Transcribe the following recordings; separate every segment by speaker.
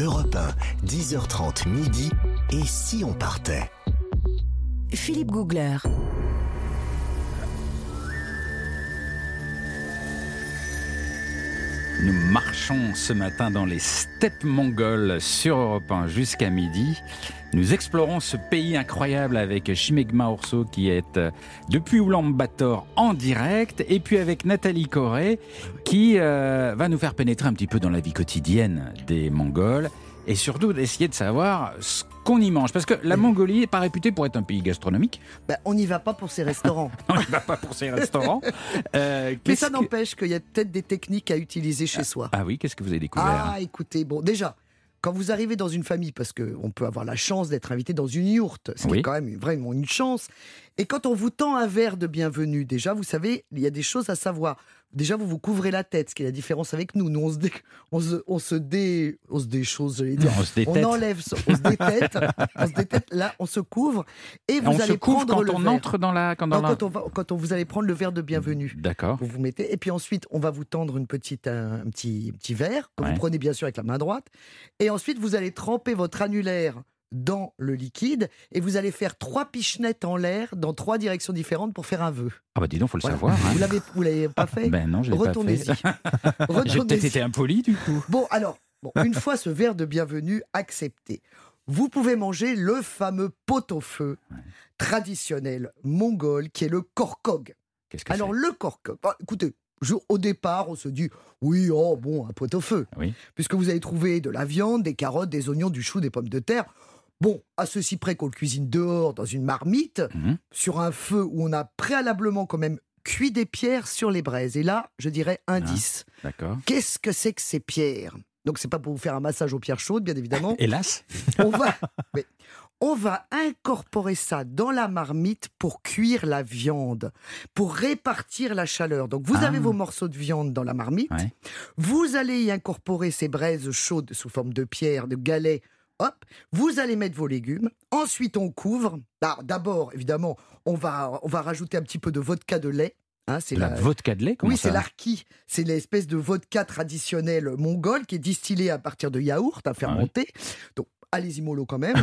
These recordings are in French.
Speaker 1: Europe 1, 10h30 midi. Et si on partait
Speaker 2: Philippe Googler.
Speaker 3: Nous marchons ce matin dans les steppes mongoles sur Europe 1 jusqu'à midi. Nous explorons ce pays incroyable avec Shimegma Orso qui est euh, depuis Ulaanbaatar en direct et puis avec Nathalie Corré qui euh, va nous faire pénétrer un petit peu dans la vie quotidienne des Mongols et surtout d'essayer de savoir ce qu'on y mange. Parce que la Mongolie n'est pas réputée pour être un pays gastronomique.
Speaker 4: Bah, on n'y va pas pour ces restaurants.
Speaker 3: On n'y va pas pour ses restaurants. Euh,
Speaker 4: Mais
Speaker 3: qu'est-ce
Speaker 4: ça
Speaker 3: que-
Speaker 4: n'empêche qu'il y a peut-être des techniques à utiliser chez soi.
Speaker 3: Ah oui, qu'est-ce que vous avez découvert
Speaker 4: Ah, écoutez, bon, déjà, quand vous arrivez dans une famille, parce qu'on peut avoir la chance d'être invité dans une yourte, ce qui
Speaker 3: Oui.
Speaker 4: est quand même vraiment une chance, et quand on vous tend un verre de bienvenue, déjà, vous savez, il y a des choses à savoir. Déjà, vous vous couvrez la tête, ce qui est la différence avec nous. Nous, on se dé... On se, on se dé... On se dé... choses, j'allais dire.
Speaker 3: On se déteste.
Speaker 4: On enlève, son- on se détête, on se détête, là, on se couvre, et vous
Speaker 3: on
Speaker 4: allez
Speaker 3: se couvre
Speaker 4: prendre
Speaker 3: quand
Speaker 4: le
Speaker 3: on
Speaker 4: verre.
Speaker 3: entre dans la. Quand dans
Speaker 4: Non,
Speaker 3: la-
Speaker 4: quand, on va- quand on- vous allez prendre le verre de bienvenue.
Speaker 3: D'accord.
Speaker 4: Vous vous mettez, et puis ensuite, on va vous tendre une petite, un, un petit, un petit verre, que
Speaker 3: Ouais.
Speaker 4: vous prenez bien sûr avec la main droite. Et ensuite, vous allez tremper votre annulaire dans le liquide, et vous allez faire trois pichenettes en l'air dans trois directions différentes pour faire un vœu.
Speaker 3: Ah bah dis donc, faut le
Speaker 4: Voilà.
Speaker 3: savoir. hein.
Speaker 4: Vous l'avez, vous l'avez pas fait
Speaker 3: Ben non, je l'ai pas
Speaker 4: Retournez-y.
Speaker 3: fait. J'ai peut-être
Speaker 4: Retournez-y.
Speaker 3: été impoli du coup.
Speaker 4: Bon, alors, bon, une fois ce verre de bienvenue accepté, vous pouvez manger le fameux pot-au-feu traditionnel mongol qui est le korkog.
Speaker 3: Qu'est-ce que
Speaker 4: Alors, le corcoc, bah, écoutez, je- au départ, on se dit, oui, oh, bon, un pot-au-feu.
Speaker 3: Oui.
Speaker 4: Puisque vous allez trouver de la viande, des carottes, des oignons, du chou, des pommes de terre. Bon, à ceci près qu'on le cuisine dehors dans une marmite,
Speaker 3: Mhm.
Speaker 4: sur un feu où on a préalablement quand même cuit des pierres sur les braises. Et là, je dirais indice.
Speaker 3: c'est D'accord.
Speaker 4: Qu'est-ce que c'est que ces pierres Donc, c'est pas pour vous faire un massage aux pierres chaudes, bien évidemment.
Speaker 3: Hélas.
Speaker 4: on, va, oui. on va incorporer ça dans la marmite pour cuire la viande, pour répartir la chaleur. Donc vous
Speaker 3: Ah.
Speaker 4: avez vos morceaux de viande dans la marmite,
Speaker 3: Ouais.
Speaker 4: vous allez y incorporer ces braises chaudes sous forme de pierre, de galets. Hop, vous allez mettre vos légumes. Ensuite, on couvre. Alors, D'abord, évidemment, on va, on va rajouter un petit peu de vodka de lait. Hein, c'est
Speaker 3: La
Speaker 4: la-
Speaker 3: vodka de lait, comment
Speaker 4: oui, c'est
Speaker 3: ça
Speaker 4: l'arki. C'est l'espèce de vodka traditionnelle mongole qui est distillée à partir de yaourt, à
Speaker 3: Ah
Speaker 4: fermenter. Donc, allez-y mollo quand même.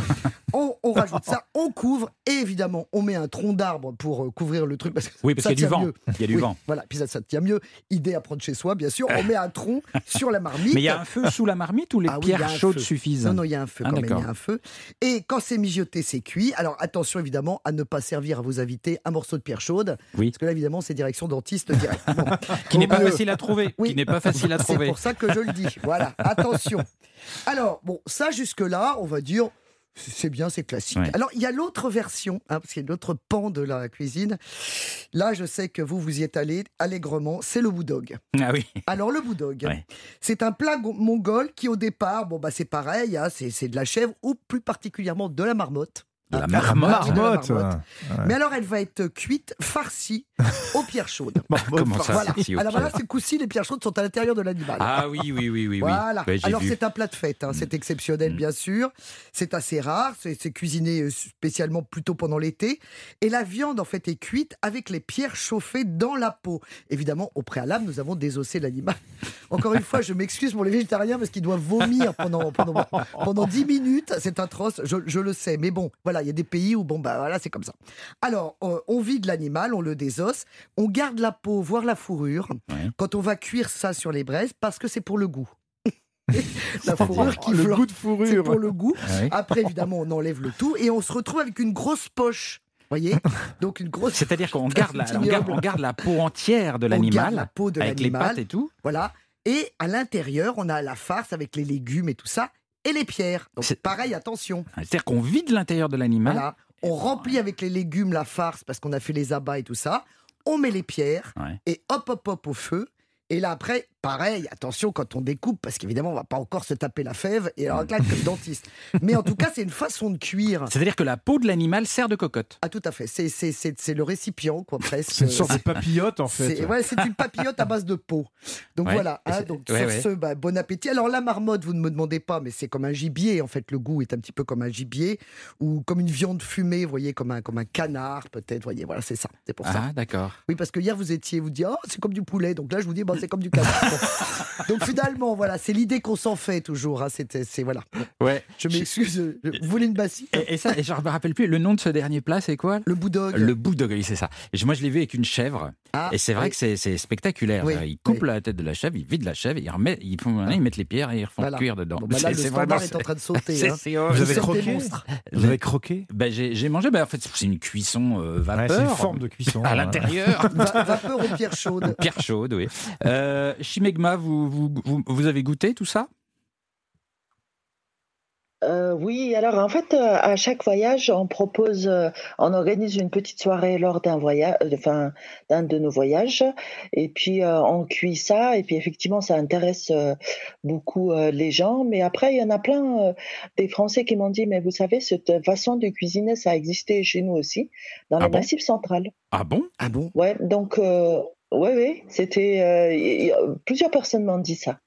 Speaker 4: on, on rajoute ça, on couvre. Et évidemment, on met un tronc d'arbre pour euh, couvrir le truc. Parce que
Speaker 3: Oui, parce
Speaker 4: ça
Speaker 3: qu'il y a du
Speaker 4: tient
Speaker 3: vent.
Speaker 4: mieux.
Speaker 3: Il y a du
Speaker 4: Oui,
Speaker 3: vent.
Speaker 4: Voilà, puis ça, ça tient mieux. Idée à prendre chez soi, bien sûr. On met un tronc sur la marmite.
Speaker 3: Mais il y a un feu sous la marmite ou les
Speaker 4: Ah oui, il y a
Speaker 3: pierres
Speaker 4: un
Speaker 3: chaudes
Speaker 4: feu.
Speaker 3: suffisent
Speaker 4: Non, non, il y a un feu
Speaker 3: Ah,
Speaker 4: quand même, il y
Speaker 3: d'accord.
Speaker 4: a un feu. Et quand c'est mijoté, c'est cuit. Alors attention évidemment à ne pas servir à vos invités un morceau de pierre chaude.
Speaker 3: Oui.
Speaker 4: Parce que là évidemment c'est direction dentiste direct. Bon.
Speaker 3: Qui n'est
Speaker 4: Au
Speaker 3: pas
Speaker 4: mieux.
Speaker 3: facile à trouver.
Speaker 4: Oui.
Speaker 3: Qui n'est pas facile à
Speaker 4: C'est
Speaker 3: trouver.
Speaker 4: pour ça que je le dis. Voilà, attention. Alors, bon, ça jusque-là, on va dire, c'est bien, c'est classique.
Speaker 3: Ouais.
Speaker 4: Alors, il y a l'autre version, hein, parce qu'il y a l'autre pan de la cuisine. Là, je sais que vous vous y êtes allé allègrement, c'est le boudog.
Speaker 3: Ah oui.
Speaker 4: Alors, le boudog,
Speaker 3: Ouais.
Speaker 4: c'est un plat go- mongol qui, au départ, bon, bah, c'est pareil, hein, c'est c'est de la chèvre, ou plus particulièrement de la marmotte.
Speaker 3: De la
Speaker 4: Ah,
Speaker 3: marmotte.
Speaker 4: marmotte.
Speaker 5: Marmotte.
Speaker 4: marmotte.
Speaker 5: Ouais.
Speaker 4: Mais alors, elle va être cuite, farcie, aux pierres chaudes.
Speaker 3: Comment ça
Speaker 4: Voilà.
Speaker 3: si, ok.
Speaker 4: Alors voilà, ce coup-ci, les pierres chaudes sont à l'intérieur de l'animal.
Speaker 3: Ah oui, oui, oui, oui. oui.
Speaker 4: Voilà.
Speaker 3: Ouais, j'ai
Speaker 4: Alors
Speaker 3: vu. Mm.
Speaker 4: c'est un plat de fête, hein. c'est exceptionnel bien sûr, c'est assez rare, c'est c'est cuisiné euh, spécialement plutôt pendant l'été, et la viande en fait est cuite avec les pierres chauffées dans la peau. Évidemment, au préalable, nous avons désossé l'animal. Encore une fois, je m'excuse pour les végétariens parce qu'ils doivent vomir pendant, pendant, pendant 10 minutes, c'est atroce, je, je le sais, mais bon, voilà, il y a des pays où bon, bah voilà, c'est comme ça. Alors, euh, on vide l'animal, on le désosse, on garde la peau, voire la fourrure,
Speaker 3: Ouais.
Speaker 4: quand on va cuire ça sur les braises, parce que c'est pour le goût. la
Speaker 3: Oh,
Speaker 4: fourrure qui
Speaker 5: le
Speaker 4: fleure,
Speaker 5: goût de
Speaker 4: c'est
Speaker 5: fourrure.
Speaker 4: pour le goût.
Speaker 3: Ah oui.
Speaker 4: Après, évidemment, on enlève le tout et on se retrouve avec une grosse poche. voyez Donc, une grosse.
Speaker 3: C'est-à-dire qu'on garde, la,
Speaker 4: petit
Speaker 3: on garde,
Speaker 4: meuble.
Speaker 3: on garde la peau entière de
Speaker 4: on garde la
Speaker 3: l'animal
Speaker 4: peau de
Speaker 3: avec les pattes
Speaker 4: l'animal.
Speaker 3: et tout.
Speaker 4: Voilà. Et à l'intérieur, on a la farce avec les légumes et tout ça et les pierres. Donc,
Speaker 3: C'est-
Speaker 4: pareil, attention.
Speaker 3: C'est-à-dire qu'on vide l'intérieur de l'animal.
Speaker 4: Voilà. On remplit avec les légumes la farce parce qu'on a fait les abats et tout ça. On met les pierres
Speaker 3: Ouais.
Speaker 4: et hop, hop, hop au feu. Et là, après, pareil, attention quand on découpe, parce qu'évidemment, on va pas encore se taper la fève et alors là, comme dentiste. Mais en tout cas, c'est une façon de cuire.
Speaker 3: C'est-à-dire que la peau de l'animal sert de cocotte.
Speaker 4: Ah, tout à fait. C'est- C'est c'est- c'est le récipient, quoi, presque. Ah.
Speaker 5: C'est une sorte de papillote en fait.
Speaker 4: C'est ouais, c'est une papillote à base de peau. Donc
Speaker 3: Ouais,
Speaker 4: voilà,
Speaker 3: et
Speaker 4: hein,
Speaker 3: c'est-
Speaker 4: donc
Speaker 3: ouais,
Speaker 4: sur
Speaker 3: ouais.
Speaker 4: ce, bah, bon appétit. Alors la marmotte, vous ne me demandez pas, mais c'est comme un gibier, en fait, le goût est un petit peu comme un gibier, ou comme une viande fumée, vous voyez, comme un, comme un canard peut-être, vous voyez, voilà, c'est ça, c'est pour ça.
Speaker 3: Ah, d'accord.
Speaker 4: Oui, parce que hier, vous étiez, vous dites, oh, c'est comme du poulet, donc là, je vous dis, bon, c'est comme du canard. Donc finalement, voilà, c'est l'idée qu'on s'en fait toujours. hein, c'était- c'est voilà.
Speaker 3: Ouais.
Speaker 4: Je m'excuse. euh, je- Vous voulez une bassine
Speaker 3: Et, et ça, et je me rappelle plus, le nom de ce dernier plat, c'est quoi
Speaker 4: Le boudogue.
Speaker 3: Le bulldog, oui, c'est ça. Et je- moi, je l'ai vu avec une chèvre.
Speaker 4: Ah,
Speaker 3: et c'est vrai
Speaker 4: oui.
Speaker 3: que c'est- c'est spectaculaire.
Speaker 4: Oui,
Speaker 3: Ils coupent
Speaker 4: oui.
Speaker 3: la tête de la chèvre, ils vident la chèvre, ils, remettent, ils, font, ils mettent les pierres et ils refont
Speaker 4: Voilà.
Speaker 3: cuire dedans.
Speaker 4: Bon, bah là,
Speaker 3: C'est-
Speaker 4: le
Speaker 3: c'est
Speaker 4: standard
Speaker 3: vraiment-
Speaker 4: est en train de sauter.
Speaker 3: c'est-
Speaker 4: hein.
Speaker 3: c'est horrible.
Speaker 5: Vous
Speaker 4: Nous
Speaker 5: avez
Speaker 4: sommes des
Speaker 5: croqué
Speaker 4: monstres.
Speaker 5: Vous avez croqué
Speaker 3: Ben, J'ai j'ai mangé, ben, en fait, c'est une cuisson euh,
Speaker 5: Ouais,
Speaker 3: vapeur.
Speaker 5: C'est une forme de cuisson.
Speaker 3: À
Speaker 5: hein.
Speaker 3: l'intérieur.
Speaker 4: Va- Vapeur aux pierres chaudes.
Speaker 3: Pierre chaude, oui. Euh, Shimegma, vous, vous, vous, vous avez goûté tout ça
Speaker 6: Euh, oui, alors en fait, euh, à chaque voyage, on propose, euh, on organise une petite soirée lors d'un voyage, enfin, d'un de nos voyages, et puis euh, on cuit ça, et puis effectivement, ça intéresse euh, beaucoup euh, les gens. Mais après, il y en a plein euh, des Français qui m'ont dit, mais vous savez, cette façon de cuisiner, ça a existé chez nous aussi, dans
Speaker 3: Ah
Speaker 6: le
Speaker 3: bon
Speaker 6: Massif central.
Speaker 3: Ah bon
Speaker 4: Ah bon
Speaker 6: Ouais, donc, euh, ouais, ouais, c'était, euh, y- y- plusieurs personnes m'ont dit ça.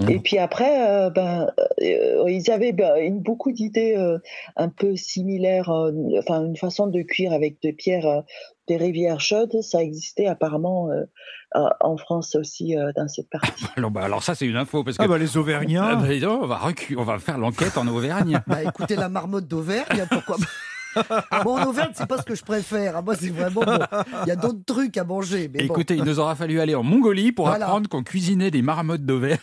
Speaker 3: On-
Speaker 6: Et puis après, euh, ben, euh, ils avaient ben, une- beaucoup d'idées euh, un peu similaires, euh, enfin une façon de cuire avec des pierres, euh, des rivières chaudes, ça existait apparemment euh, euh, en France aussi euh, dans cette partie.
Speaker 3: alors, bah, alors ça, c'est une info, parce que...
Speaker 5: Ah bah les
Speaker 3: Ah
Speaker 5: Auvergnats.
Speaker 3: bah, dis donc, on, va recu- on va faire l'enquête en Auvergne.
Speaker 4: Bah écoutez, la marmotte d'Auvergne, hein, pourquoi pas Bon, en Auvergne, c'est pas ce que je préfère. Ah, Moi, c'est vraiment bon. Il y a d'autres trucs à manger. Mais bon.
Speaker 3: Écoutez, il nous aura fallu aller en Mongolie pour
Speaker 4: Voilà.
Speaker 3: apprendre qu'on cuisinait des marmottes d'Auvergne.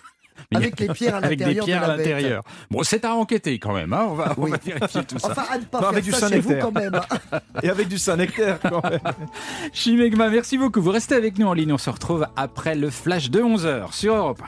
Speaker 3: Mais
Speaker 4: avec les pierres à
Speaker 3: avec des
Speaker 4: l'intérieur. de
Speaker 3: pierres à
Speaker 4: la bête.
Speaker 3: l'intérieur. Bon, c'est à enquêter quand même. hein, On, va, on
Speaker 4: Oui.
Speaker 3: va vérifier tout ça.
Speaker 4: Enfin, à ne pas
Speaker 5: Non,
Speaker 4: faire
Speaker 5: avec du
Speaker 4: ça chez vous
Speaker 5: Saint-Nectaire.
Speaker 4: quand même. hein.
Speaker 5: Et avec du Saint-Nectaire quand même.
Speaker 3: Chimegma, merci beaucoup. Vous restez avec nous en ligne. On se retrouve après le flash de 11h sur Europe 1.